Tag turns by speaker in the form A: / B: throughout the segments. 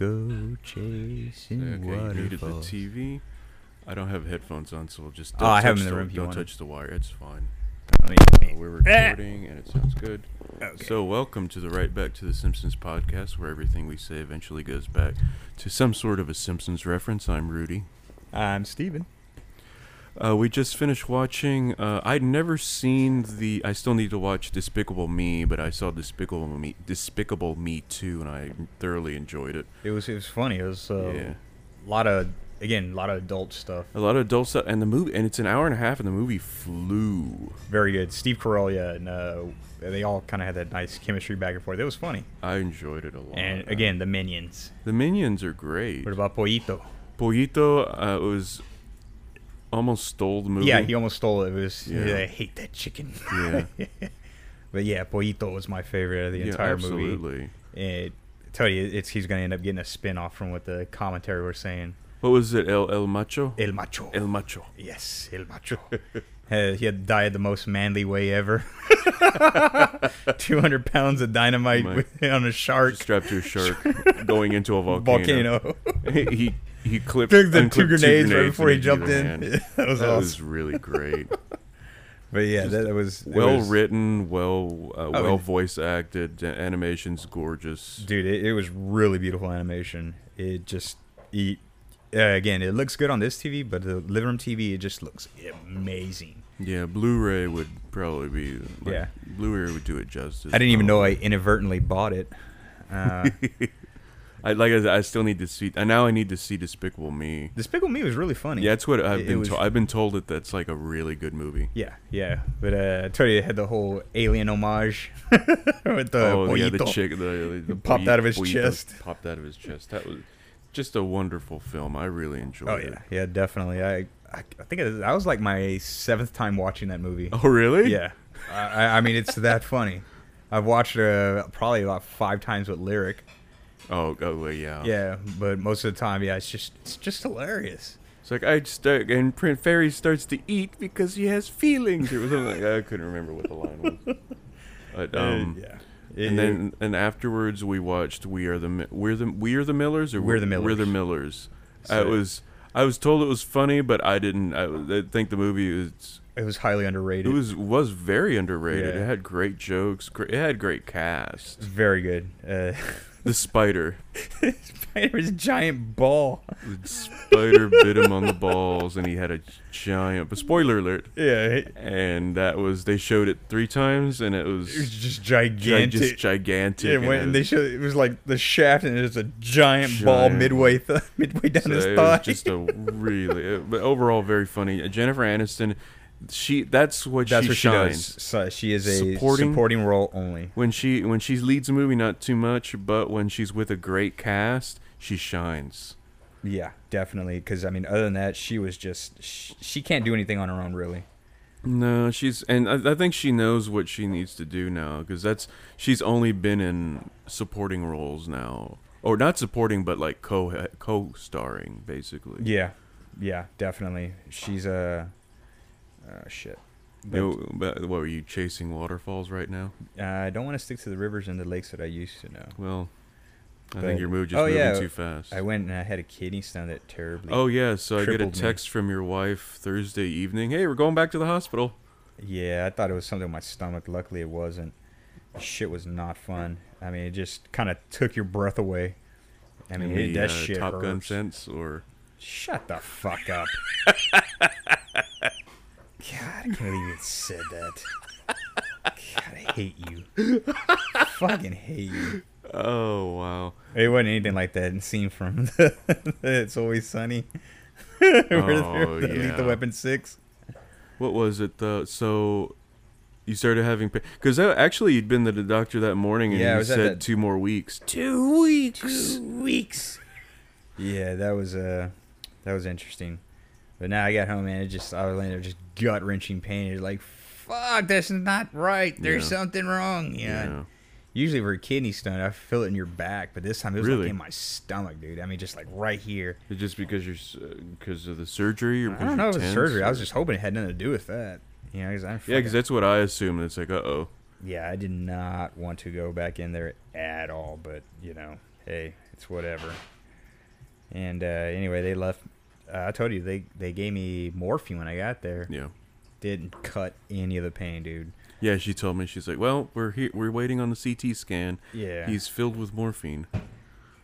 A: Go chasing
B: Okay, you muted the
A: waterfalls.
B: TV. I don't have headphones on, so we'll just.
A: Oh,
B: don't
A: I have
B: touch
A: them in the room if you
B: Don't
A: want 'em.
B: touch the wire. It's fine.
A: Let me-
B: Uh, we're recording, and it sounds good.
A: Okay.
B: So, welcome to the Right Back to the Simpsons podcast, where everything we say eventually goes back to some sort of a Simpsons reference. I'm Rudy.
A: I'm Steven.
B: Uh, we just finished watching. Uh, I'd never seen the. I still need to watch Despicable Me, but I saw Despicable Me, Despicable Me too, and I thoroughly enjoyed it.
A: It was it was funny. It was uh,
B: Yeah.
A: a lot of again a lot of adult stuff.
B: A lot of adult stuff, and the movie, and it's an hour and a half, and the movie flew.
A: Very good. Steve Carell yeah, and uh, they all kind of had that nice chemistry back and forth. It was funny.
B: I enjoyed it a lot.
A: And again, the minions.
B: the minions are great.
A: What about Poito?
B: Pollito uh, was almost stole the movie.
A: Yeah, he almost stole it. It was
B: Yeah.
A: I hate that chicken.
B: yeah,
A: But yeah, Poito was my favorite of the
B: yeah,
A: entire movie.
B: absolutely.
A: It, tell you, it's he's gonna end up getting a spin off from what the commentary were saying.
B: What was it? El El Macho.
A: El macho.
B: El Macho.
A: Yes, el macho. Uh, he had died the most manly way ever. 200 pounds of dynamite
B: My-
A: with, on a shark
B: Strapped to a shark, going into a volcano.
A: volcano.
B: he he clipped
A: Took the
B: unclipped
A: two grenades right
B: grenades
A: before he
B: and threw
A: jumped
B: them
A: in. that was
B: That
A: awesome.
B: was really great.
A: but yeah,
B: just
A: that, that was it
B: well
A: was- Oh,
B: written, well uh,
A: I
B: well
A: mean-
B: voice acted. The animation's gorgeous.
A: Dude, it, it was really beautiful animation. It just, it, uh, again, it looks good on this TV, but the living room TV, it just looks amazing.
B: Yeah, Blu-ray would probably be. Like,
A: Yeah.
B: Blu-ray would do it justice.
A: I didn't even know
B: probably.
A: I inadvertently bought it. Uh,
B: I like. I, said, I still need to see. And now I need to see Despicable Me.
A: Despicable Me was really funny.
B: Yeah, that's what I've
A: It- it
B: been.
A: was-
B: to- I've been told that that's like a really good movie.
A: Yeah, yeah. But uh, I told you it had the whole alien homage with the
B: oh yeah, the
A: Uh, pollito.
B: chick, the, the, the
A: Popped
B: boy-
A: out of his
B: boy-
A: chest.
B: Popped out of his chest. That was just a wonderful film. I really enjoyed
A: Oh
B: it.
A: yeah, yeah, definitely. I I, I think it, that was like my seventh time watching that movie.
B: Oh really?
A: Yeah, I, I- I mean it's that funny. I've watched it uh, probably about five times with lyric.
B: Oh, oh well, yeah.
A: Yeah, but most of the time, yeah, it's just it's just hilarious.
B: It's like I start and Prince Fairy starts to eat because he has feelings or something. like that. I couldn't remember what the line was. But, um,
A: Uh, yeah.
B: And then and afterwards we watched We Are the Mi- We're the We Are the Millers or
A: We're the
B: We're the
A: Millers.
B: Millers. I
A: So-
B: was I was told it was funny, but I didn't. I, was- I think the movie was
A: it was highly underrated.
B: it was was very underrated.
A: Yeah.
B: It had great jokes. Gr- it had great cast.
A: very good. Uh,
B: The spider,
A: Spider's giant ball.
B: the spider bit him on the balls, and he had a giant. But spoiler alert.
A: Yeah,
B: And that was they showed it three times, and it
A: It was
B: was
A: just
B: gi-
A: gigantic.
B: just gigantic.
A: Yeah, it went,
B: it
A: and they
B: was-
A: showed it was like the shaft, and there's a giant, ball
B: Giant.
A: midway th- midway down
B: So
A: his
B: it
A: thigh.
B: was just a really, uh, but overall very funny. Uh, Jennifer Aniston, she that's what
A: That's
B: she
A: what
B: shines
A: she does. So she is a
B: Supporting-
A: supporting, role only.
B: when she when she leads a movie. Not too much, but when she's with a great cast, she shines.
A: Yeah, definitely. Because I mean, other than that, she was just she, she can't do anything on her own really.
B: No, she's and I, I think she knows what she needs to do now because that's she's only been in supporting roles now, or not supporting, but like co co starring basically.
A: Yeah, yeah, definitely. She's a uh, shit. But
B: You- but what were you chasing waterfalls right now?
A: uh, I don't want to stick to the rivers and the lakes that I used to know.
B: Well, I
A: But-
B: think your mood just
A: oh,
B: moving
A: yeah,
B: too fast.
A: I went and I had a kidney stone that terribly.
B: Oh yeah, so I get a
A: crippled me.
B: text from your wife Thursday evening. Hey, we're going back to the hospital.
A: Yeah, I thought it was something with my stomach. Luckily, it wasn't. Shit was not fun. I mean, it just kind of took your breath away. I mean,
B: In
A: it,
B: the,
A: that
B: uh,
A: shit
B: Top Gun
A: hurts.
B: sense, or
A: Shut the fuck up. God, I can't believe you said that. God, I hate you. Fucking hate you.
B: oh wow,
A: It wasn't anything like that in scene from the, It's Always Sunny. where
B: Oh,
A: the, Lethal
B: yeah.
A: Weapon 6.
B: what was it? though? so you started having because actually you'd been to the doctor that morning and
A: Yeah, I
B: you
A: was at
B: said
A: that-
B: two more weeks. Two weeks.
A: weeks. Yeah, that was uh that was interesting. But now I got home and it just I was laying there just gut wrenching pain. It's like fuck, that's not right. There's
B: Yeah.
A: something wrong. Yeah.
B: Yeah.
A: Usually for a kidney stone, I feel it in your back, but this time it was
B: Really?
A: like in my stomach, dude. I mean, just like right here.
B: Is it Just because you're because of the surgery, or
A: I
B: because
A: don't know
B: you're
A: if it was
B: tense,
A: surgery. I
B: or-
A: was just hoping it had nothing to do with that. You know, because I'm
B: yeah, because
A: fucking-
B: that's what I assumed. It's like, uh oh,
A: yeah, I did not want to go back in there at all. But you know, hey, It's whatever. And uh, anyway, they left. Uh, I told you they they gave me morphine when I got there.
B: Yeah.
A: Didn't cut any of the pain, dude.
B: Yeah, she told me she's like, "Well, we're here. We're waiting on the CT scan.
A: Yeah.
B: He's filled with morphine."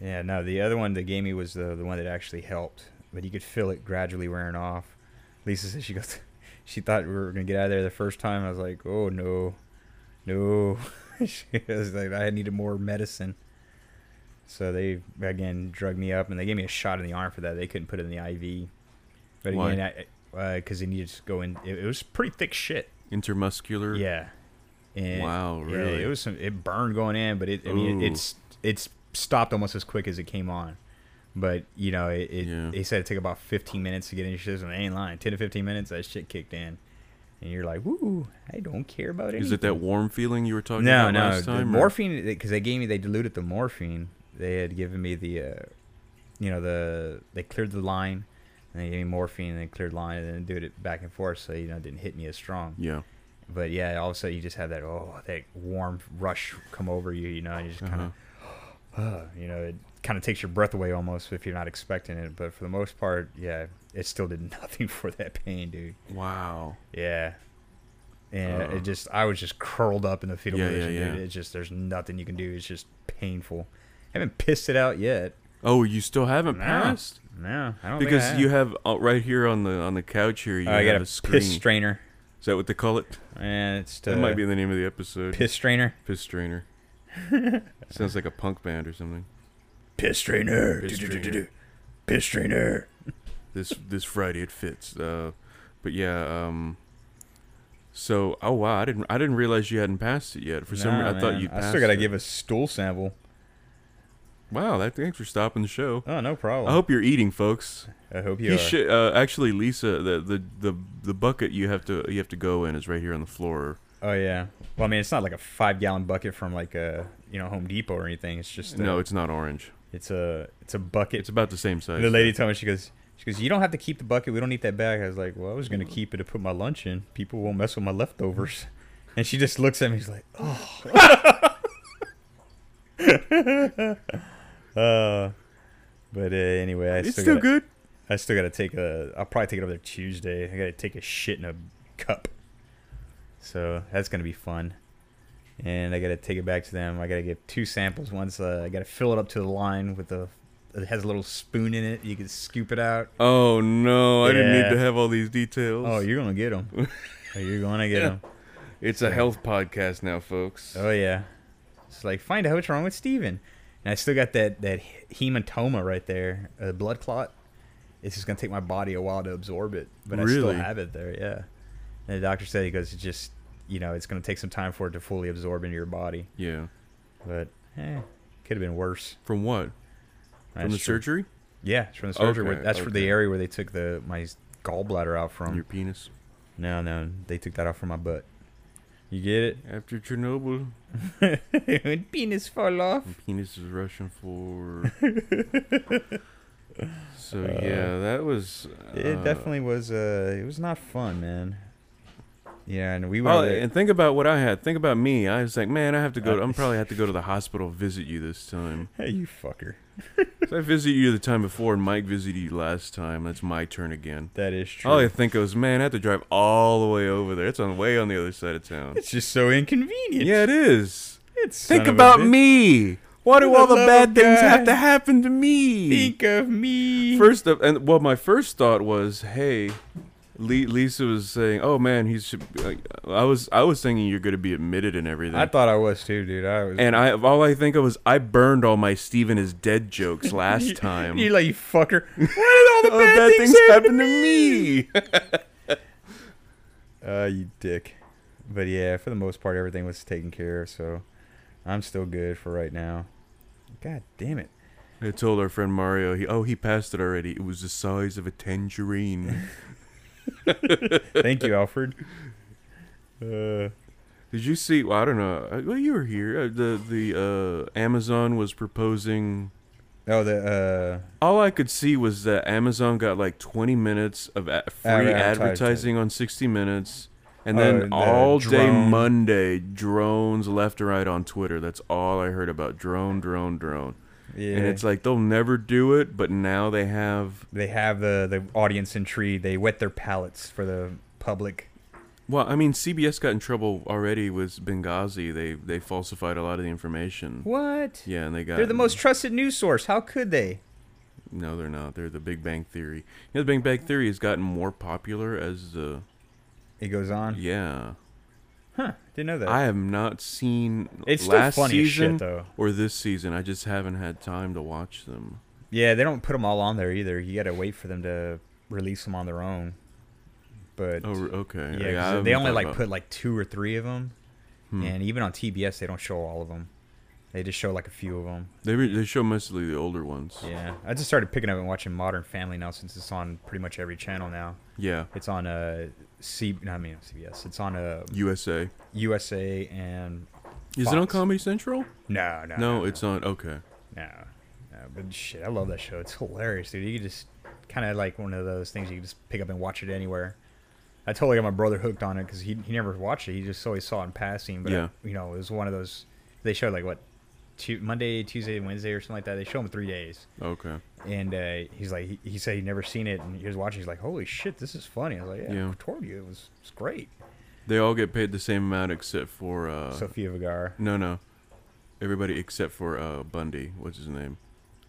A: Yeah, no, the other one they gave me was the the one that actually helped, but you could feel it gradually wearing off. Lisa said she goes, she thought we were gonna get out of there the first time. I was like, oh no, no. she was like, I needed more medicine. So they again drug me up, and they gave me a shot in the arm for that. They couldn't put it in the IV, but
B: Why?
A: again, I because they needed to go in. It, it was pretty thick shit.
B: Intermuscular.
A: Yeah. And
B: Wow,
A: yeah,
B: really?
A: it was some. It burned going in, but it. I mean,
B: Ooh.
A: it, it's it's stopped almost as quick as it came on. But you know, it. it
B: Yeah.
A: They said it took about 15 minutes to get in your system. They ain't lying. 10 to 15 minutes, that shit kicked in, and you're like, "Woo! I don't care about anything."
B: Is it that warm feeling you were talking
A: no,
B: about
A: no.
B: last
A: the
B: time? or-
A: morphine, because they gave me, they diluted the morphine. They had given me the, uh, you know, the they cleared the line, and they gave me morphine, and they cleared line, and then did it back and forth, so you know, it didn't hit me as strong.
B: Yeah.
A: But yeah, all of a sudden you just have that oh that warm rush come over you, you know, and you just
B: uh-huh.
A: kind of you know it kind of takes your breath away almost if you're not expecting it. But for the most part, yeah, it still did nothing for that pain, dude.
B: Wow.
A: Yeah, and
B: Uh.
A: it just I was just curled up in the fetal
B: Yeah, yeah,
A: position, dude.
B: yeah.
A: It's just there's nothing you can do. It's just painful. I haven't pissed it out yet.
B: Oh, you still haven't
A: No. Oh,
B: passed
A: No, I don't think
B: because
A: I
B: you have uh, right here on the on the couch here. You
A: Oh, I
B: have
A: got a
B: a screen.
A: piss strainer,
B: Is that what they call it?
A: and it's to
B: That might be the name of the episode.
A: piss strainer.
B: Piss strainer. Sounds like a punk band or something.
A: Piss strainer.
B: Piss
A: Do-do-do-do-do. Piss strainer.
B: this this Friday it fits. Uh, but yeah, um, so oh wow, I didn't I didn't realize you hadn't passed it yet. For some
A: Nah,
B: reason, I thought
A: man.
B: you. Passed
A: I still gotta
B: it.
A: give a stool sample.
B: Wow, that, thanks for stopping the show.
A: Oh, no problem.
B: I hope you're eating, folks.
A: I hope you
B: You
A: are.
B: should uh, actually, Lisa. The, the the the bucket you have to you have to go in is right here on the floor.
A: Oh yeah. Well, I mean, it's not like a five gallon bucket from like a you know Home Depot or anything. It's just a,
B: No, it's not orange.
A: it's a it's a bucket.
B: It's about the same size.
A: the lady told me she goes she goes you don't have to keep the bucket. We don't need that bag. I was like, well, I was gonna keep it to put my lunch in. People won't mess with my leftovers. And she just looks at me. She's like, oh. uh, but uh, anyway, I
B: it's
A: still
B: still
A: gotta-
B: good.
A: I still gotta take a. I'll probably take it over there Tuesday. I gotta take a shit in a cup. So that's gonna be fun. And I gotta take it back to them. I gotta get two samples. Once uh, I gotta fill it up to the line with the. It has a little spoon in it. You can scoop it out.
B: Oh no, I didn't need
A: Yeah.
B: to have all these details.
A: Oh, you're gonna get them. Oh, you're gonna get them.
B: it's a health podcast now, folks.
A: Oh yeah. It's like find out what's wrong with Steven. And I still got that that hematoma right there, a blood clot. It's just gonna take my body a while to absorb it, but I still
B: Really?
A: have it there. Yeah. And the doctor said he goes, it's just you know, it's gonna take some time for it to fully absorb into your body,
B: Yeah.
A: but eh, could have been worse.
B: From what? From
A: That's
B: the
A: true.
B: surgery?
A: Yeah, it's from the surgery. where-
B: Okay,
A: that's for the
B: okay.
A: area where they took the my gallbladder out from.
B: Your penis.
A: no, no, they took that out from my butt. You get
B: After Chernobyl,
A: it? when penis fall off.
B: my penis is Russian for. so yeah, that was. Uh,
A: It definitely was. Uh, it was not fun, man. Yeah, and we were.
B: Oh,
A: there-
B: and think about what I had. Think about me. I was like, man, I have to go.
A: Uh,
B: I'm probably have to go to the hospital visit you this time.
A: hey, you fucker.
B: 'Cause I visited you the time before, and Mike visited you last time. That's my turn again.
A: That is true.
B: All I think was, man, I have to drive all the way over there. It's on way on the other side of town.
A: it's just so inconvenient.
B: yeah, it is.
A: It's
B: Think about me. Why do
A: You're the
B: all the
A: love
B: bad
A: of
B: things
A: God.
B: have to happen to me?
A: Think of me.
B: First of, and well, my first thought was, hey, Li- Lisa was saying, oh man, he should. Uh, I was, I was thinking you're going to be admitted and everything.
A: I thought I was too, dude. I was.
B: and I, all I think of was, I burned all my Steven is dead jokes last time. Oh,
A: you like you fucker. Why did all
B: all
A: the bad, things, happen?
B: to me.
A: Uh, you dick. But yeah, for the most part, everything was taken care of, so I'm still good for right now. God damn it.
B: I told our friend Mario, he, oh, he passed it already. It was the size of a tangerine.
A: Thank you, Alfred. Uh,
B: Did you see? Well, I don't know. uh, Well, you were here. Uh, The the uh, Amazon was proposing.
A: oh, the uh,
B: All I could see was that Amazon got like 20 minutes of a- free
A: advertising.
B: advertising on 60 Minutes, and
A: Oh,
B: then
A: the
B: all day
A: drone.
B: Monday, drones left and right on Twitter. That's all I heard about drone, drone, drone.
A: Yeah.
B: and it's like they'll never do it, but now they have.
A: they have the the audience intrigued. They wet their palates for the public.
B: Well, I mean, CBS got in trouble already with Benghazi. They they falsified a lot of the information.
A: What?
B: Yeah, and they got
A: They're the most trusted news source. How could they?
B: No, they're not. They're the Big Bang Theory. You know, the Big Bang Theory has gotten more popular as the
A: It goes on.
B: yeah.
A: Huh? Didn't know that.
B: I have not seen
A: it's still
B: last
A: funny
B: season
A: as shit though.
B: or this season. I just haven't had time to watch them.
A: Yeah, they don't put them all on there either. You got to wait for them to release them on their own. But
B: Oh, re- okay.
A: yeah, 'cause
B: I haven't
A: they only
B: thought
A: like
B: about-
A: put like two or three of them,
B: Hmm.
A: and even on TBS they don't show all of them. They just show like a few of them.
B: They re- they show mostly the older ones. Yeah.
A: Yeah, I just started picking up and watching Modern Family now since it's on pretty much every channel now. It's on uh, C, no, I mean CBS. It's on uh,
B: USA.
A: USA and
B: Is it on
A: Fox.
B: Comedy Central?
A: no, no,
B: No, it's on. Okay.
A: no, no. But shit, I love that show. It's hilarious, dude. You could just kind of like one of those things you can just pick up and watch it anywhere. I totally got my brother hooked on it because he he never watched it. He just always saw it in passing. But
B: Yeah.
A: you know, it was one of those. They showed like what, two, Monday, Tuesday, Wednesday, or something like that. They show him three days.
B: Okay.
A: and uh, he's like, he, he said he'd never seen it, and he was watching. He's like, "Holy shit, this is funny!" I was like, "Yeah,
B: Yeah.
A: I told you it was, it's great."
B: They all get paid the same amount except for uh
A: Sophia Vergara,
B: no no, everybody except for uh Bundy. What's his name?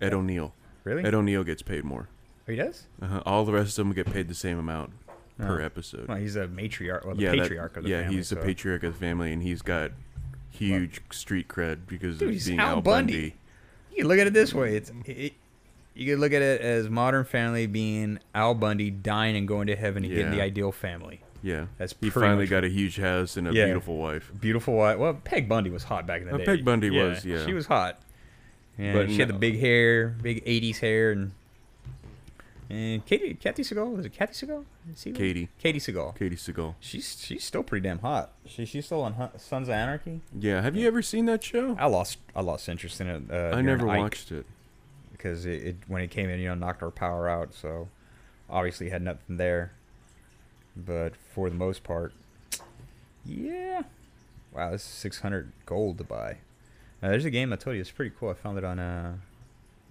B: Ed O'Neill.
A: really?
B: Ed O'Neill gets paid more.
A: Oh, he does?
B: uh All the rest of them get paid the same amount per
A: Oh.
B: episode.
A: Well, he's a matriarch, well, the
B: that-
A: patriarch of the
B: yeah,
A: family.
B: he's the
A: so-
B: patriarch of the family, and he's got huge street cred because
A: Dude,
B: of
A: he's
B: being
A: Al
B: Al Bundy.
A: You can look at it this way: it's it, you can look at it as Modern Family being Al Bundy dying and going to heaven and getting
B: Yeah.
A: the ideal family.
B: Yeah,
A: That's
B: he
A: pretty
B: finally
A: much-
B: got a huge house and a
A: Yeah.
B: beautiful wife.
A: Beautiful wife. Well, Peg Bundy was hot back in the
B: Uh,
A: day.
B: Peg Bundy was, yeah.
A: she was hot. Yeah,
B: But
A: she had the
B: no.
A: big hair, big '80s hair, and and Katie, Kathy Segal was it Kathy Segal? Segal?
B: Katie.
A: Katie Segal.
B: Katie Seagal.
A: She's she's still pretty damn hot. She she's still on Hun- Sons of Anarchy.
B: Yeah, have you ever seen that show?
A: I lost I lost interest in it. Uh,
B: I
A: during
B: never
A: Ike
B: watched it.
A: because it, it when it came in, you know, knocked our power out. So obviously had nothing there. But for the most part, yeah. Wow, this is 600 gold to buy. Now, there's a game I told you it's pretty cool. I found it on uh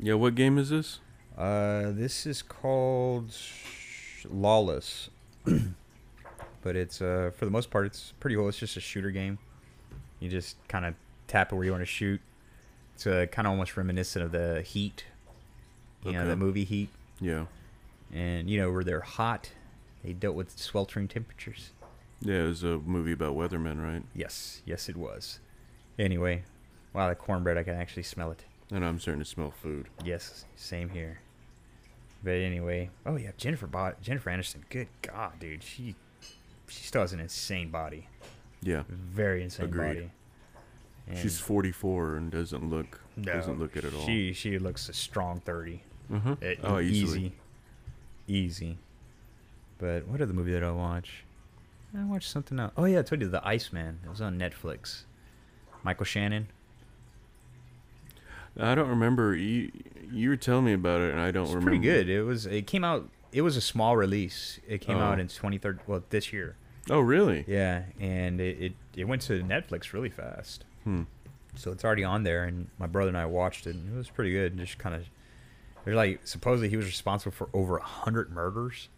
B: Yeah, what game is this?
A: uh this is called Sh- Lawless. but it's uh for the most part it's pretty cool. It's just a shooter game. You just kind of tap it where you want to shoot. It's uh, kind of almost reminiscent of the Heat. You know,
B: Okay.
A: the movie Heat
B: Yeah,
A: and you know where they're hot they dealt with sweltering temperatures
B: yeah, it was a movie about weathermen, right?
A: yes yes it was anyway wow the cornbread i can actually smell it
B: And I'm starting to smell food.
A: yes same here but anyway oh yeah jennifer bought jennifer aniston good god dude she she still has an insane body
B: Yeah,
A: very insane
B: Agreed.
A: body and
B: she's 44 and doesn't look
A: no,
B: doesn't look it at all.
A: she she looks a strong 30
B: uh-huh.
A: It-
B: Oh, easily.
A: easy, easy. But what other movie did I watch? I watched something else. Oh yeah, I told you the Iceman. It was on Netflix. Michael Shannon.
B: I don't remember. You you were telling me about it, and I don't
A: It's
B: remember.
A: pretty good. It was. It came out. It was a small release. It came out
B: Oh.
A: in 23rd. Well, this year.
B: Oh, really?
A: Yeah, and it, it it went to Netflix really fast.
B: Hmm.
A: So it's already on there, and my brother and I watched it, and it was pretty good. Just kind of, they're like supposedly he was responsible for over a hundred murders.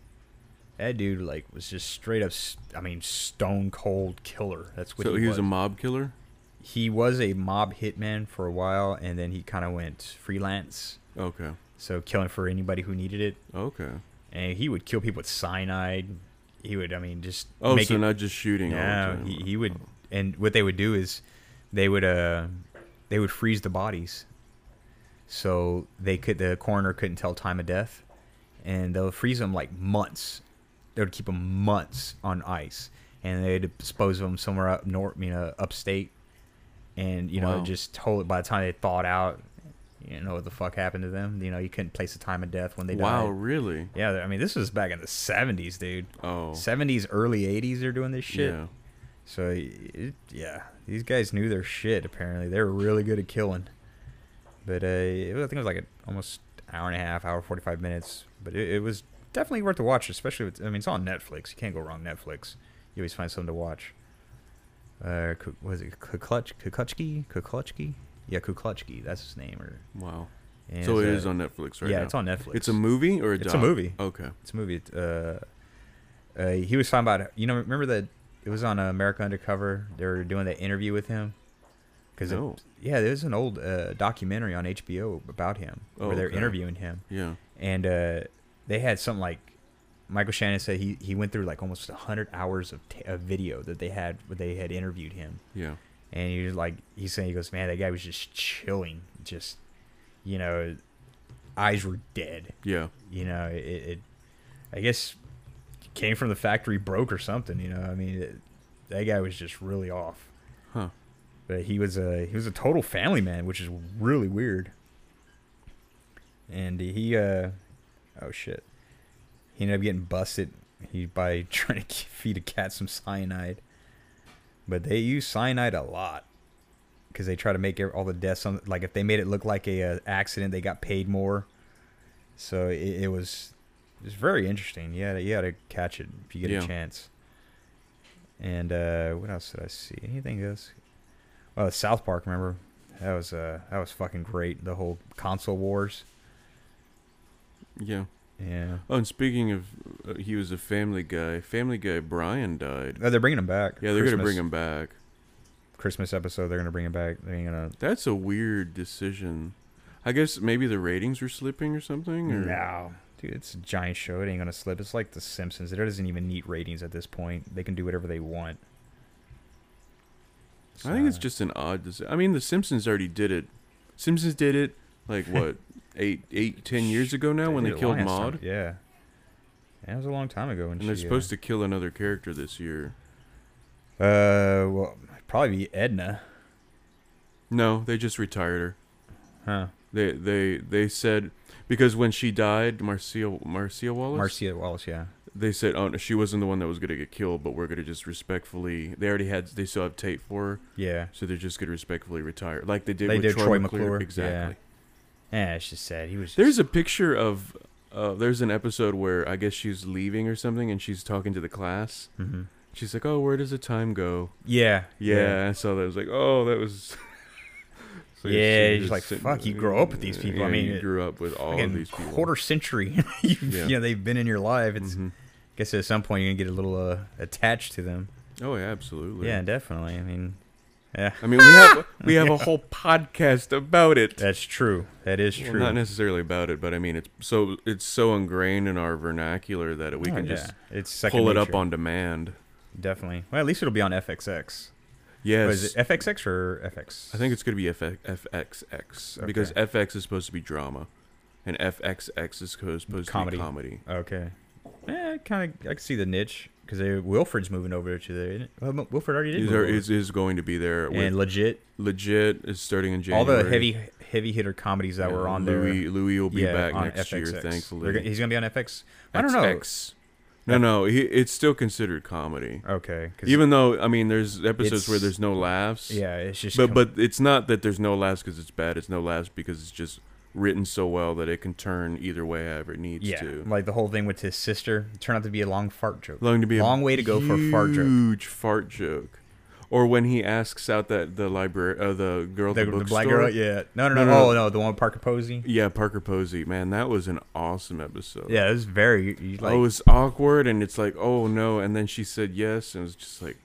A: That dude like was just straight up, s- I mean, stone cold killer. That's what
B: So
A: he,
B: he was
A: was.
B: a mob killer.
A: he was a mob hitman for a while, and then he kind of went freelance,
B: Okay.
A: so killing for anybody who needed it.
B: Okay.
A: And he would kill people with cyanide. He would, I mean, just
B: Oh,
A: make
B: so
A: it,
B: not just shooting. all the
A: no,
B: time.
A: he, he would, and what they would do is, they would uh, they would freeze the bodies, so they could the coroner couldn't tell time of death, and they'll freeze them like months. They would keep them months on ice, and they'd dispose of them somewhere up north, you know, upstate, and you know
B: Wow.
A: just totally by the time they thawed out, you know what the fuck happened to them. You know you couldn't place the time of death when they
B: Wow,
A: died.
B: really?
A: Yeah, I mean this was back in the seventies, dude.
B: Oh,
A: Seventies, early eighties, they're doing this shit.
B: yeah.
A: So it, yeah, these guys knew their shit. Apparently, they were really good at killing. But uh, it was, I think it was like an almost hour and a half, hour forty five minutes. But it, it was definitely worth a watch, especially with I mean it's on Netflix. You can't go wrong Netflix. You always find something to watch. Uh, Ku- was it Kuklutch Kuklutchki Kuklutchki? Yeah, Kuklutchki. That's his name. Or
B: Wow.
A: And
B: so it
A: it's a-
B: is on Netflix right
A: yeah,
B: now.
A: it's on Netflix.
B: It's a movie or a
A: It's a
B: doc?
A: movie.
B: Okay.
A: It's a movie. It, uh, uh, he was talking about you know remember that it was on uh, America Undercover. They were doing that interview with him because
B: No.
A: yeah, there's an old uh, documentary on HBO about him
B: Oh,
A: where they're
B: okay.
A: interviewing him,
B: Yeah.
A: and uh, they had something like Michael Shannon said he he went through like almost hundred hours of, t- of video that they had where they had interviewed him.
B: Yeah.
A: And he was like, he's saying, he goes, man, that guy was just chilling. Just, you know, eyes were dead.
B: Yeah.
A: You know, it, it I guess, came from the factory broke or something. You know, I mean, it, that guy was just really off.
B: Huh.
A: But he was a he was a total family man, which is really weird. And he, uh, oh shit, he ended up getting busted. He by trying to feed a cat some cyanide, but they use cyanide a lot because they try to make all the deaths on like if they made it look like a, uh accident, they got paid more. So it, it was it was very interesting. You had to, you had to catch it if you get
B: Yeah.
A: a chance. And uh, what else did I see? Anything else? Well, South Park. Remember that was uh that was fucking great. The whole console wars.
B: Yeah.
A: Yeah.
B: Oh, and speaking of, uh, he was a Family Guy. Family Guy Brian died.
A: Oh, they're bringing him back.
B: Yeah, they're gonna
A: Christmas-
B: bring him back.
A: Christmas episode. They're gonna bring him back. They're gonna.
B: That's a weird decision. I guess maybe the ratings were slipping or something. Or
A: No, dude, it's a giant show. It ain't gonna slip. It's like The Simpsons. It doesn't even need ratings at this point. They can do whatever they want.
B: I think it's
A: So-
B: just an odd decision. I mean, The Simpsons already did it. Simpsons did it like what eight, eight, ten years ago now when they
A: did it
B: killed
A: last time.
B: Maud,
A: Yeah. That was a long time ago. When
B: and they're
A: she,
B: supposed to kill another character this year.
A: to. Uh, well, probably be Edna,
B: No, they just retired her.
A: huh?
B: They they they said because when she died, Marcia Marcia Wallace.
A: Marcia Wallace, yeah.
B: they said, "Oh, no, she wasn't the one that was gonna get killed, but we're gonna just respectfully." They already had, they still have tape for her,
A: Yeah.
B: so they're just gonna respectfully retire, like they did
A: They
B: with
A: did
B: Troy,
A: Troy
B: McClure.
A: McClure,
B: Exactly.
A: Yeah, it's just sad. He was.
B: There's a picture of, uh, there's an episode where I guess she's leaving or something, and she's talking to the class.
A: hmm
B: She's like, "Oh, where does the time go?"
A: Yeah.
B: Yeah, I saw that. I was like, "Oh, that was." So she
A: Yeah,
B: was
A: you're like,
B: sitting-
A: "Fuck, you grow up with these people." I
B: Yeah,
A: mean,
B: you
A: it-
B: grew up with all of
A: Fucking
B: these people.
A: quarter century. you,
B: Yeah.
A: you know, they've been in your life. It's.
B: Mhm.
A: I guess at some point you're gonna get a little uh, attached to them.
B: Oh yeah, absolutely.
A: Yeah, definitely. I mean, yeah,
B: I mean, we have we have a whole podcast about it.
A: that's true. That is
B: Well,
A: true.
B: not necessarily about it, but I mean, it's so it's so ingrained in our vernacular that we
A: Oh,
B: can
A: yeah.
B: just
A: it's second
B: pull it up
A: nature.
B: on demand.
A: definitely. Well, at least it'll be on FXX. Or
B: Yes,
A: Is it FXX or FX?
B: I think it's going to be FX, FXX because
A: Okay.
B: FX is supposed to be drama, and FXX is co- supposed
A: Comedy. Uh,
B: to be comedy.
A: Okay. Yeah, kind of. I can see the niche because Wilfred's moving over to there. isn't it? Well, Mo- Wilfred already did.
B: Is,
A: move
B: there,
A: over.
B: is is going to be there with
A: and legit,
B: legit is starting in
A: all
B: January.
A: the heavy heavy hitter comedies that were on
B: Louis
A: there.
B: Louis will be
A: yeah,
B: back
A: on
B: next year,
A: FXX. They're
B: thankfully.
A: go- he's gonna be on FX. I don't know.
B: XX. No, no, he, it's still considered comedy,
A: Okay. 'cause-
B: even though I mean, there's episodes
A: It's-
B: where there's no laughs.
A: yeah, it's just.
B: but
A: com-
B: but it's not that there's no laughs because it's bad. It's no laughs because it's just written so well that it can turn either way however it needs
A: yeah,
B: to.
A: like the whole thing with his sister it turned out to be a long fart joke.
B: Long to be a
A: Long way to go for a fart joke.
B: Huge fart joke. Or when he asks out that the library, uh, the girl, at
A: the,
B: the,
A: the
B: bookstore.
A: black girl. Yeah. No, no, no.
B: No, no,
A: Oh no, the one with Parker Posey.
B: Yeah, Parker Posey. Man, that was an awesome episode.
A: Yeah, it was very you, like.
B: it was awkward, and it's like, oh no, and then she said yes, and it was just like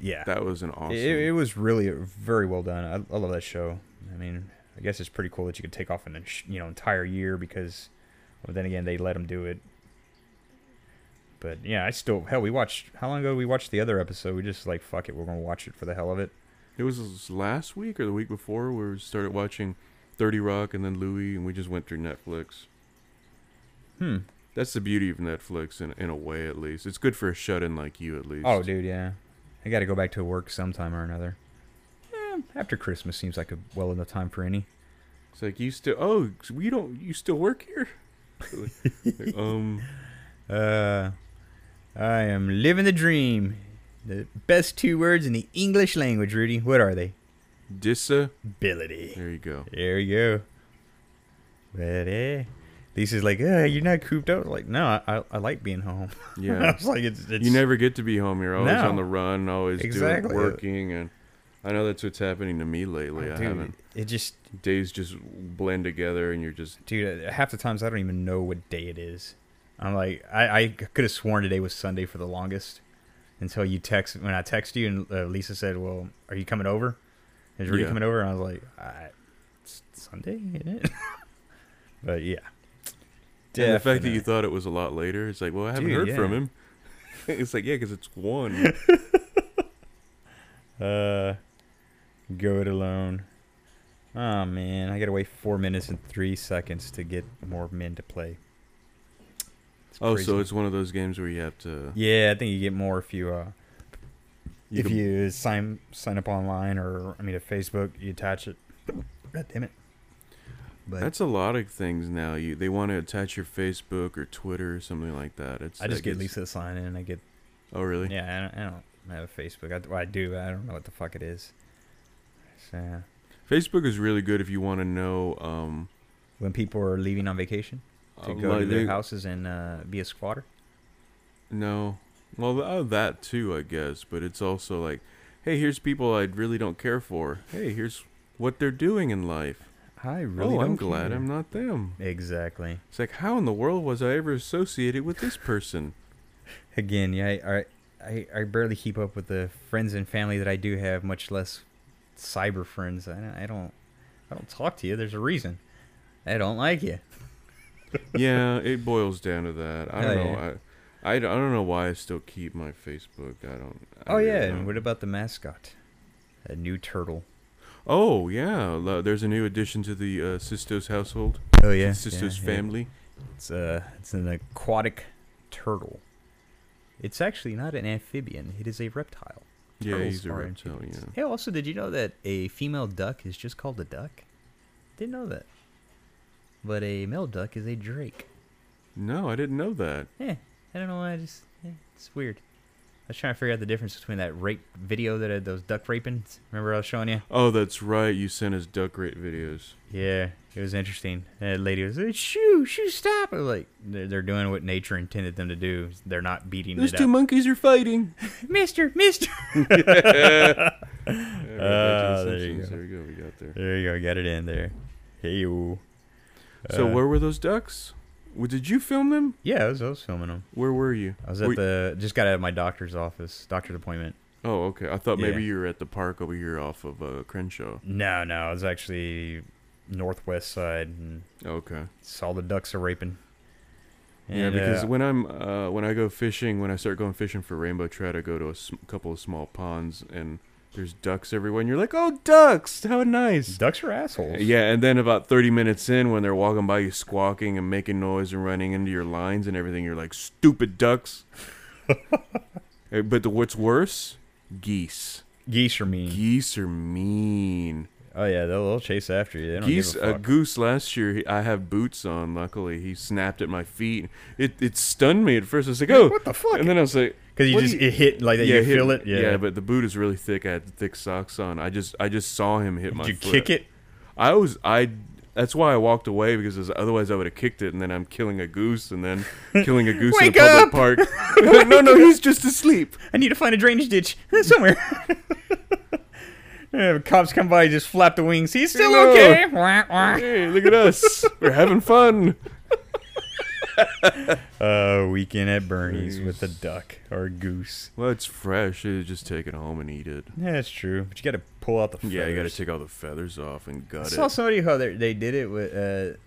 A: yeah.
B: that was an awesome.
A: It, it was really very well done. I, I love that show. I mean, I guess it's pretty cool that you could take off an ins- you know entire year because, well, then again, they let them do it. But yeah, I still hell we watched how long ago did we watched the other episode. We just like fuck it, we're gonna watch it for the hell of it.
B: It was last week or the week before where we started watching Thirty Rock and then Louis, and we just went through Netflix.
A: Hmm.
B: That's the beauty of Netflix, in in a way, at least. It's good for a shut-in like you, at least.
A: Oh, dude, yeah. I got to go back to work sometime or another. Eh, after Christmas seems like a well enough time for any.
B: it's like you still. Oh, so we don't. You still work here? Like, um,
A: Uh, I am living the dream. The best two words in the English language, Rudy. What are they?
B: Dissa.
A: Ability.
B: There you go.
A: There you go. But eh, Lisa's like, uh, you're not cooped up. Like, no, I, I, I like being home. I
B: Yeah.
A: was like, it's, it's
B: you never get to be home. You're always
A: No.
B: on the run, always doing
A: Exactly. Oh,
B: working, and I I know that's what's happening to me lately. I
A: dude,
B: haven't.
A: it just
B: Days just blend together, and you're just
A: dude uh, half the times i don't even know what day it is i'm like i, I could have sworn today was sunday for the longest until you text when i text you and uh, lisa said well are you coming over is Rudy
B: Yeah.
A: coming over and i was like I, it's sunday isn't it but yeah
B: and the fact that you
A: Definite.
B: thought it was a lot later. It's like, well, I haven't
A: Dude,
B: heard
A: yeah.
B: from him. it's like, yeah, because it's one.
A: uh go it alone oh man i gotta wait four minutes and three seconds to get more men to play It's
B: oh,
A: crazy.
B: so it's one of those games where you have to.
A: yeah i think you get more if you uh
B: You
A: if
B: can-
A: you sign sign up online or I mean to Facebook, you attach it. God damn it! But
B: that's a lot of things now. You they want to attach your Facebook or Twitter or something like that. It's
A: I just
B: that
A: get
B: gets-
A: Lisa to sign in. I get
B: Oh, really?
A: yeah. I don't, I don't have a Facebook. I, well, I do. but I don't know what the fuck it is. uh, So
B: Facebook is really good if you want to know. Um,
A: when people are leaving on vacation to
B: uh,
A: go to
B: like
A: their
B: they-
A: houses and uh, be a squatter.
B: No, well, uh, that too, I guess. But it's also like, hey, here's people I really don't care for. Hey, here's what they're doing in life.
A: I really.
B: oh, I'm
A: don't
B: glad
A: care.
B: I'm not them.
A: Exactly.
B: It's like, how in the world was I ever associated with this person?
A: Again, yeah. I, I I I barely keep up with the friends and family that I do have, much less cyber friends. I don't I don't, I don't talk to you. There's a reason. I don't like you.
B: yeah, it boils down to that. I
A: Hell
B: don't know.
A: yeah.
B: I, I, don't- I don't know why I still keep my Facebook. I don't. I
A: Oh
B: really
A: yeah,
B: don't.
A: and what about the mascot? A new turtle.
B: Oh yeah, lo- there's a new addition to the uh, Sistos household.
A: Oh
B: Sistos family.
A: It's uh, it's an aquatic turtle. It's actually not an amphibian. It is a reptile.
B: Yeah,
A: Turtles
B: he's a
A: are
B: reptile. Yeah.
A: amphibians. Hey, also, did you know that a female duck is just called a duck? Didn't know that. But a male duck is a drake.
B: No, I didn't know that.
A: Yeah, I don't know why. I just eh, it's weird. I was trying to figure out the difference between that rape video that had those duck rapings. Remember I was showing you?
B: Oh, that's right. You sent us duck rate videos.
A: Yeah, it was interesting. That lady was like, "Shoo, shoo, stop!" I was like, "They're, they're doing what nature intended them to do. They're not beating
B: Those
A: it
B: two
A: up."
B: monkeys are fighting.
A: Mister, Mister.
B: Yeah, right back
A: Ah,
B: to the
A: there you
B: Simpsons.
A: go.
B: there you go. We got there.
A: There you go. Got it in there. Hey you.
B: so
A: Uh,
B: where were those ducks? Well, did you film them?
A: Yeah, I was, I was filming them.
B: Where were you?
A: I was at
B: Were-
A: the just got out of my doctor's office, doctor's appointment.
B: Oh, okay. I thought maybe
A: Yeah.
B: you were at the park over here off of uh, Crenshaw.
A: No, no, I was actually northwest side and
B: Okay.
A: saw the ducks are raping.
B: yeah,
A: And,
B: because
A: uh,
B: when I'm uh, when I go fishing, when I start going fishing for rainbow trout, I go to a s- couple of small ponds and there's ducks everywhere. And you're like, oh, ducks! How nice.
A: ducks are assholes.
B: Yeah, and then about 30 minutes in, when they're walking by you, squawking and making noise and running into your lines and everything, you're like, stupid ducks. Eh, but the, what's worse? Geese.
A: geese are mean.
B: Geese are mean.
A: Oh yeah, they'll, they'll chase after you. They don't
B: Geese, uh,
A: give
B: a,
A: a fuck.
B: goose last year. He, I have boots on. Luckily, he snapped at my feet. It it stunned me at first. I was like, "Oh,
A: what the fuck?
B: And then I was like,
A: Because you
B: What
A: just
B: do you-
A: it hit like that.
B: yeah,
A: you
B: hit-
A: feel it. Yeah.
B: but the boot is really thick. I had thick socks on. I just I just saw him hit my.
A: Did you
B: foot.
A: kick it?
B: I was I. That's why I walked away because as- otherwise I would have kicked it, and then I'm killing a goose, and then killing a goose in a
A: Wake
B: public
A: up!
B: park. no, no, he's just asleep.
A: I need to find a drainage ditch somewhere. Yeah, cops come by, just flap the wings. He's still
B: Hello.
A: okay. Wah, wah.
B: Hey, look at us. We're having fun.
A: Uh, weekend at Bernie's with a duck or a goose.
B: Well, it's fresh. You just take it home and eat it.
A: Yeah, that's true. But you got to pull out the. Feathers.
B: Yeah, you got to take all the feathers off and
A: I
B: gut
A: saw
B: it.
A: somebody how they, they did it with. Uh,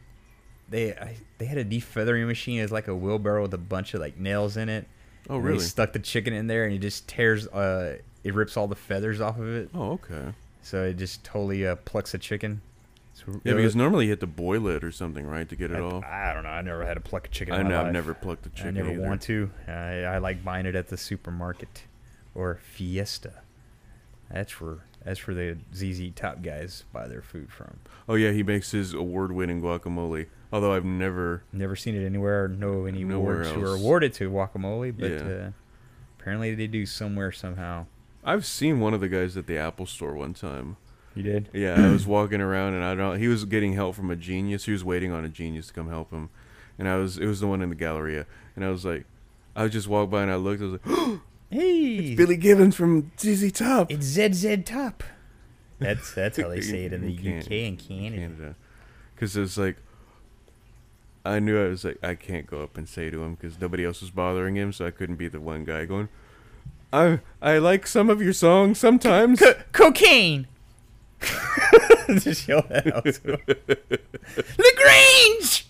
A: they I, they had a defeathering machine. It's like a wheelbarrow with a bunch of like nails in it.
B: Oh,
A: And They
B: really?
A: stuck the chicken in there, and it just tears. Uh, it rips all the feathers off of it.
B: Oh, okay.
A: So it just totally uh, plucks a chicken. So
B: Yeah,
A: it
B: because
A: was-
B: normally you have to boil it or something, right, to get it off.
A: I, I don't know. I never had to pluck a chicken. In
B: I
A: my
B: know. I've
A: life.
B: never plucked a chicken.
A: I never
B: either.
A: want to. I, I like buying it at the supermarket or Fiesta. That's where that's where the ZZ Top guys buy their food from.
B: Oh yeah, he makes his award-winning guacamole. Although I've never.
A: Never seen it anywhere. or Know any
B: Nowhere
A: awards who are
B: else.
A: awarded to guacamole, but
B: Yeah.
A: uh, apparently they do somewhere somehow.
B: I've seen one of the guys at the Apple store one time.
A: You did.
B: Yeah, I was walking around and I don't. He was getting help from a genius. He was waiting on a genius to come help him, and I was. It was the one in the Galleria, and I was like, I just walked by and I looked. I was like,
A: Hey,
B: Billy Gibbons from ZZ Top.
A: it's ZZ Top. That's that's how they say it in the
B: You can't-
A: UK and Canada.
B: Canada. Because it was like, I knew I was like, I can't go up and say to him because nobody else was bothering him, so I couldn't be the one guy going, I I like some of your songs sometimes.
A: Co- cocaine. Just yell that out. to 'em. Lagrange.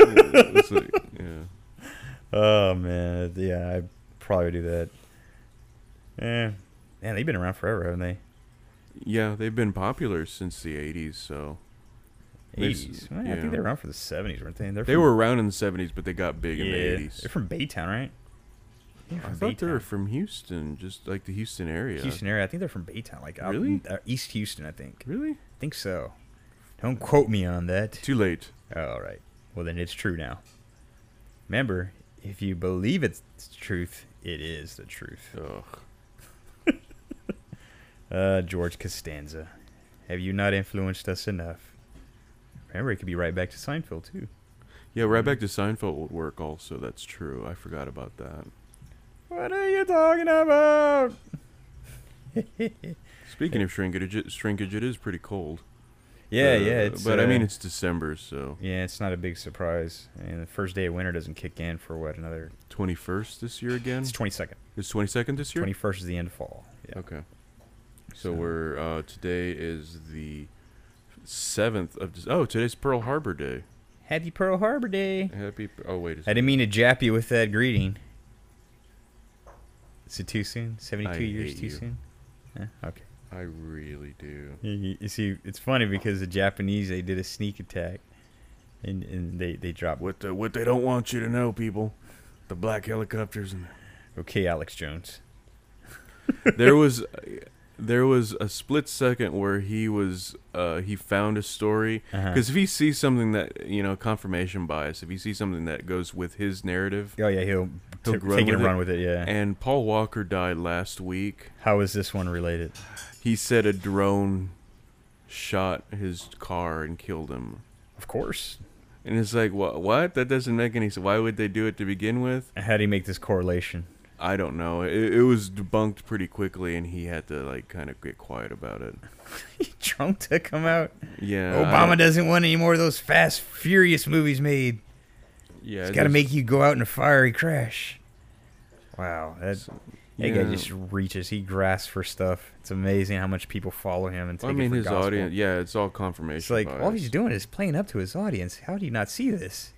B: It was like, yeah.
A: Oh man, yeah, I probably do that. Eh. Yeah, man, they've been around forever, haven't they?
B: yeah, they've been popular since the 80s, so. They've s-
A: Eighties. Man, I
B: yeah.
A: think they were around for the seventies, weren't they? They're
B: They
A: from-
B: were around in the 70s, but they got big
A: Yeah,
B: in the
A: they're
B: 80s.
A: from Baytown, right? Yeah,
B: I
A: from
B: thought they
A: Baytown.
B: were from Houston, just like the Houston area.
A: Houston area. I think they're from Baytown, like out
B: Really?
A: in- uh, East Houston. I think.
B: Really?
A: I think so. Don't quote me on that. Oh,
B: Too late.
A: All right. Well, then it's true now. Remember, if you believe it's the truth, it is the truth.
B: Ugh.
A: Uh, George Costanza, have you not influenced us enough? Remember, it could be right back to Seinfeld too.
B: Yeah,
A: Mm-hmm.
B: right back to Seinfeld would work also. That's true. I forgot about that.
A: What are you talking about?
B: Speaking of shrinkage, it- shrinkage, it is pretty cold.
A: Yeah,
B: Uh,
A: yeah. It's,
B: but I
A: uh,
B: mean, it's December, so
A: yeah, it's not a big surprise. I mean, the first day of winter doesn't kick in for what another.
B: 21st this year again.
A: It's twenty second.
B: It's 22nd this year.
A: Twenty first is the end of fall. Yeah.
B: Okay. So we're uh, today is the seventh of. Dec- Oh, today's Pearl Harbor Day.
A: Happy Pearl Harbor Day.
B: Happy. Oh wait, a
A: I
B: second.
A: didn't mean to jap you with that greeting. Is it too soon?
B: I
A: 72 years
B: hate
A: too
B: you.
A: soon? Yeah, okay.
B: I really do.
A: You- You, you see, it's funny because the Japanese, they did a sneak attack and, and they, they dropped.
B: What the, what they don't want you to know, people, the black helicopters and
A: Okay, Alex Jones.
B: there was there was a split second where he was uh, he found a story
A: Uh-huh.
B: because if he sees something that you know confirmation bias if he sees something that goes with his narrative
A: Oh, yeah, he'll,
B: He'll
A: t-
B: run
A: take it
B: with
A: and
B: it.
A: run with it, yeah.
B: and paul walker died last week
A: How is this one related?
B: he said a drone shot his car and killed him
A: Of course.
B: and it's like what what that doesn't make any sense why would they do it to begin with
A: How do you make this correlation?
B: i don't know it, it was debunked pretty quickly and he had to like kind of get quiet about it
A: Trump to come out.
B: yeah
A: Obama
B: I-
A: doesn't want any more of those fast, furious movies made.
B: yeah
A: It's
B: it
A: got to
B: is-
A: make you go out in a fiery crash. Wow, that that guy
B: yeah.
A: just reaches. He grasps for stuff. It's amazing how much people follow him and take
B: I
A: it
B: mean,
A: for
B: his
A: gospel.
B: audience. Yeah, it's all confirmation.
A: It's like all
B: bias.
A: he's doing is playing up to his audience. How do you not see this?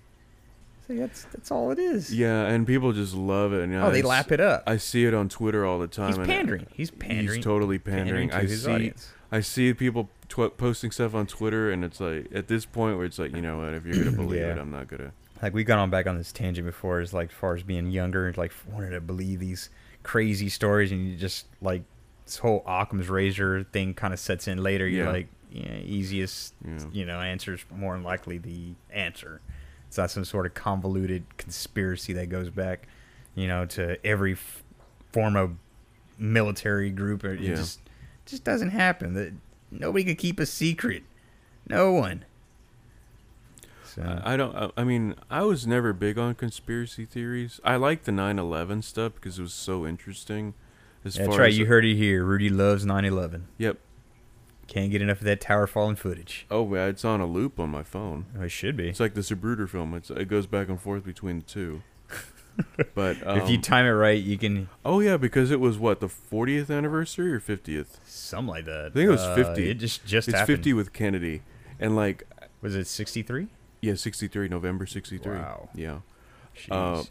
A: It's like, that's that's all it is.
B: Yeah, and people just love it. And
A: Oh, they lap it up.
B: I see it on Twitter all the time.
A: he's
B: and
A: pandering. He's pandering.
B: He's totally pandering.
A: to
B: I
A: his
B: see.
A: audience.
B: I see people tw- posting stuff on Twitter, and it's like at this point where it's like, you know what? If you're gonna believe
A: Yeah.
B: it, I'm not gonna.
A: Like we've gone on back on this tangent before, is like far as being younger, like wanted to believe these crazy stories, and you just like this whole Occam's razor thing kind of sets in later. You're
B: Yeah.
A: like, yeah, easiest
B: Yeah.
A: you know, answer's more than likely the answer. It's not some sort of convoluted conspiracy that goes back, you know, to every f- form of military group. It
B: Yeah.
A: just just doesn't happen. That nobody could keep a secret. No one. So,
B: I I don't. I, I mean, I was never big on conspiracy theories. I like the 9/11 stuff because it was so interesting. As
A: that's
B: far
A: right.
B: as
A: You heard it here. Rudy loves 9/11.
B: Yep.
A: Can't get enough of that tower falling footage.
B: Oh, yeah, it's on a loop on my phone.
A: Oh, it should be.
B: It's like the Zabruder film. It's, it goes back and forth between the two. but um,
A: if you time it right, you can
B: oh yeah, because it was what the 40th anniversary or 50th?
A: something like that. I
B: think it was 50.
A: It just just
B: it's
A: happened.
B: 50 with Kennedy, and like
A: Was it 63?
B: yeah, 63 November 63.
A: Wow.
B: Yeah, Uh,
A: Jeez.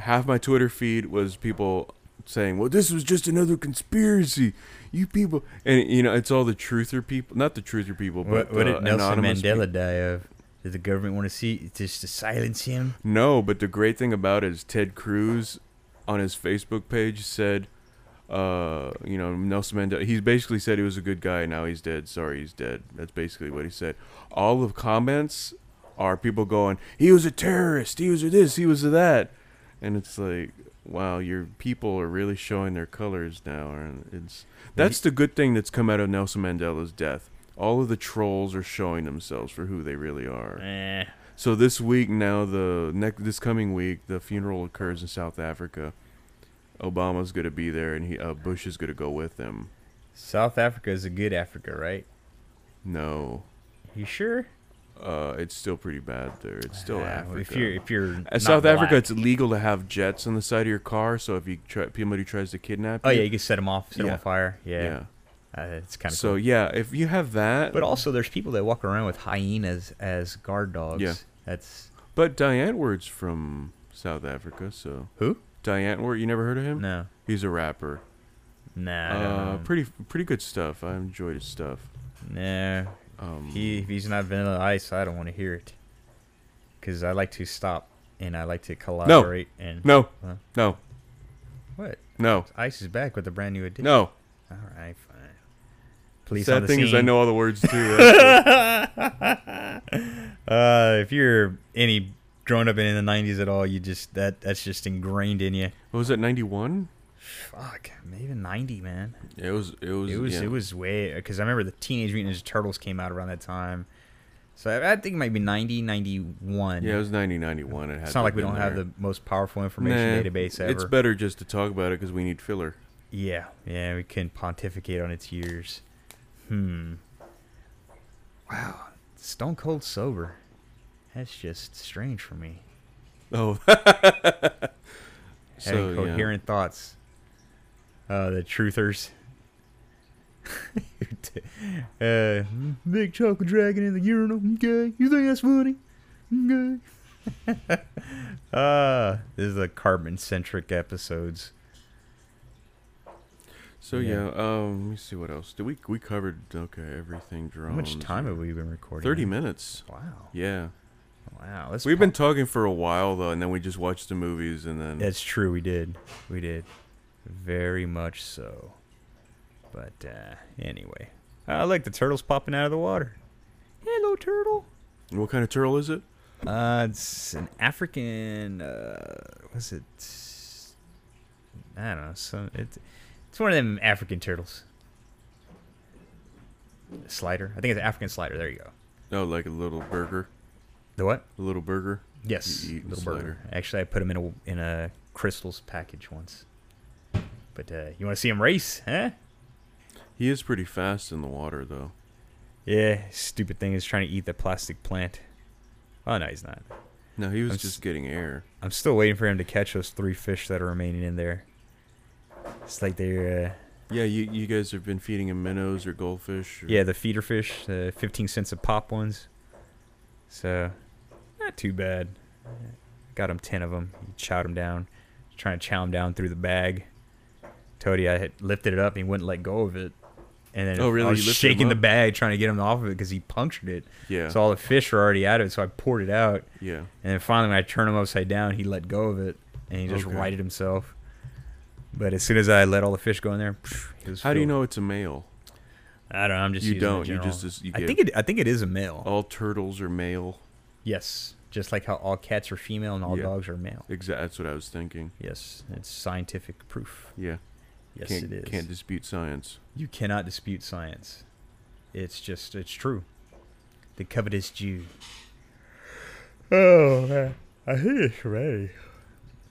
B: half my Twitter feed was people saying, "Well, this was just another conspiracy." You people, and you know, it's all the truther people, not the truther people,
A: What,
B: but
A: what
B: uh,
A: did Nelson
B: anonymous
A: Mandela
B: peop-
A: die of? Did the government want to see just to silence him?
B: No, but the great thing about it is Ted Cruz on his Facebook page said, uh, you know, Nelson Mandela, he basically said he was a good guy. Now he's dead. Sorry, he's dead. That's basically what he said. All of comments are people going, he was a terrorist. He was a this. He was a that. And it's like, wow, your people are really showing their colors now. And it's that's the good thing that's come out of Nelson Mandela's death. All of the trolls are showing themselves for who they really are.
A: Eh.
B: So this week now the next this coming week the funeral occurs in South Africa. Obama's going to be there and he uh, Bush is going to go with him.
A: South Africa is a good Africa, right?
B: No,
A: You sure?
B: uh, it's still pretty bad there. It's still
A: Ah, well,
B: Africa.
A: If you're if you're
B: Uh,
A: not
B: South Africa,
A: black-
B: it's illegal to have jets on the side of your car. So if you try, somebody tries to kidnap
A: oh
B: you,
A: yeah, you can set them off, set them
B: Yeah.
A: on fire.
B: yeah.
A: Yeah, Uh, it's kind of
B: So
A: so.
B: yeah, if you have that,
A: But
B: but,
A: also, there's people that walk around with hyenas as guard dogs.
B: Yeah.
A: that's
B: Diane Ward's from South Africa, so
A: Who?
B: Diane Ward, you never heard of him?
A: no,
B: He's a rapper.
A: nah, I don't
B: Uh,
A: know.
B: pretty pretty good stuff. I enjoyed his stuff.
A: nah.
B: Um,
A: He if he's not Vanilla Ice, I don't want to hear it. Cause I like to stop and I like to collaborate. And
B: no,
A: Huh?
B: no,
A: what?
B: no,
A: Ice is back with a brand new edition.
B: no.
A: All right, fine. Police on
B: Sad
A: the
B: thing is, I
A: scene.
B: know all the words too. actually.
A: uh, if you're any grown up in the '90s at all, you just that that's just ingrained in you.
B: what was that? Ninety one.
A: Fuck, maybe '90, man.
B: It was. It was.
A: It was
B: yeah.
A: it was way because I remember the Teenage Mutant Ninja Turtles came out around that time. So I, I think it might be 90, 91.
B: Yeah, it was 90, 91. It had
A: it's not
B: to
A: like we
B: been
A: don't have
B: there.
A: the most powerful information
B: Nah,
A: database ever.
B: It's better just to talk about it because we need filler.
A: Yeah, yeah, we can pontificate on its years. Hmm. Wow, Stone Cold sober. That's just strange for me.
B: Oh.
A: Having
B: yeah.
A: coherent thoughts. Uh, the truthers. uh, big chocolate dragon in the urinal. Okay, you think that's funny? Okay. uh, this is the carbon centric episodes.
B: So
A: Yeah.
B: yeah. um, let me see what else. Did we we covered okay everything
A: How
B: drones?
A: much time have we been recording?
B: Thirty minutes.
A: Wow.
B: Yeah,
A: Wow. That's
B: we've been talking for a while though, and then we just watched the movies, and then
A: That's true. We did. We did. Very much so. But uh, anyway, I like the turtles popping out of the water. Hello, turtle.
B: what kind of turtle is it?
A: Uh, it's an African. Uh, was it? I don't know. Some it's it's one of them African turtles. Slider. I think it's an African slider. There you go.
B: Oh, like a little burger,
A: The what?
B: a little burger.
A: Yes,
B: You eat the
A: little burger.
B: slider.
A: Actually, I put him in a in a crystals package once. But uh, you want to see him race, huh?
B: He is pretty fast in the water though.
A: Yeah, stupid thing is trying to eat the plastic plant. Oh no, he's not.
B: No, he was
A: I'm s-
B: just getting air.
A: I'm still waiting for him to catch those three fish that are remaining in there. It's like they're
B: Yeah, you you guys have been feeding him minnows or goldfish.
A: uh,
B: Or,
A: yeah the feeder fish, the 15 cents a pop ones. So not too bad. Got him 10 of them. Chowed him down, trying to chow him down through the bag. Toady, I had lifted it up and he wouldn't let go of it. And then
B: Oh, really?
A: I
B: You
A: was
B: lifted him
A: shaking the
B: up?
A: bag trying to get him off of it because he punctured it.
B: yeah,
A: So all the fish were already out of it. So I poured it out.
B: yeah.
A: And then finally, when I turned him upside down, he let go of it and he just
B: Okay.
A: righted himself. But as soon as I let all the fish go in there, psh, he was
B: How do you
A: filled.
B: know it's a male?
A: I don't know. I'm just
B: you
A: using the
B: don't. You
A: general-
B: just as- you
A: I
B: get
A: think it. I think it is a male.
B: all turtles are male.
A: Yes, just like how all cats are female and all
B: Yeah.
A: dogs are male.
B: Exactly. That's what I was thinking.
A: Yes, it's scientific proof.
B: Yeah.
A: Yes,
B: can't,
A: it is.
B: Can't dispute science.
A: you cannot dispute science. It's just it's true. The covetous Jew. Oh man, I think it's ready.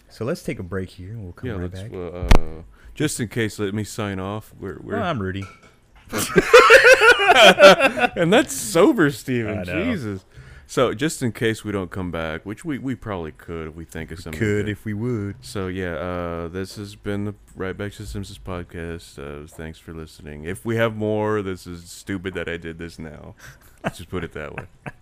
A: So let's take a break here, and we'll come
B: yeah,
A: right
B: let's.
A: back.
B: Uh, just in case, let me sign off. We're, we're
A: Well, Oh, I'm Rudy.
B: and that's sober,
A: I know.
B: Steven. Jesus. So just in case we don't come back, which we, we probably could if we think of something.
A: Could
B: good.
A: if we would.
B: So yeah, uh, this has been the Right Back to the Simpsons podcast. Uh, thanks for listening. If we have more, this is stupid that I did this now. Let's just put it that way.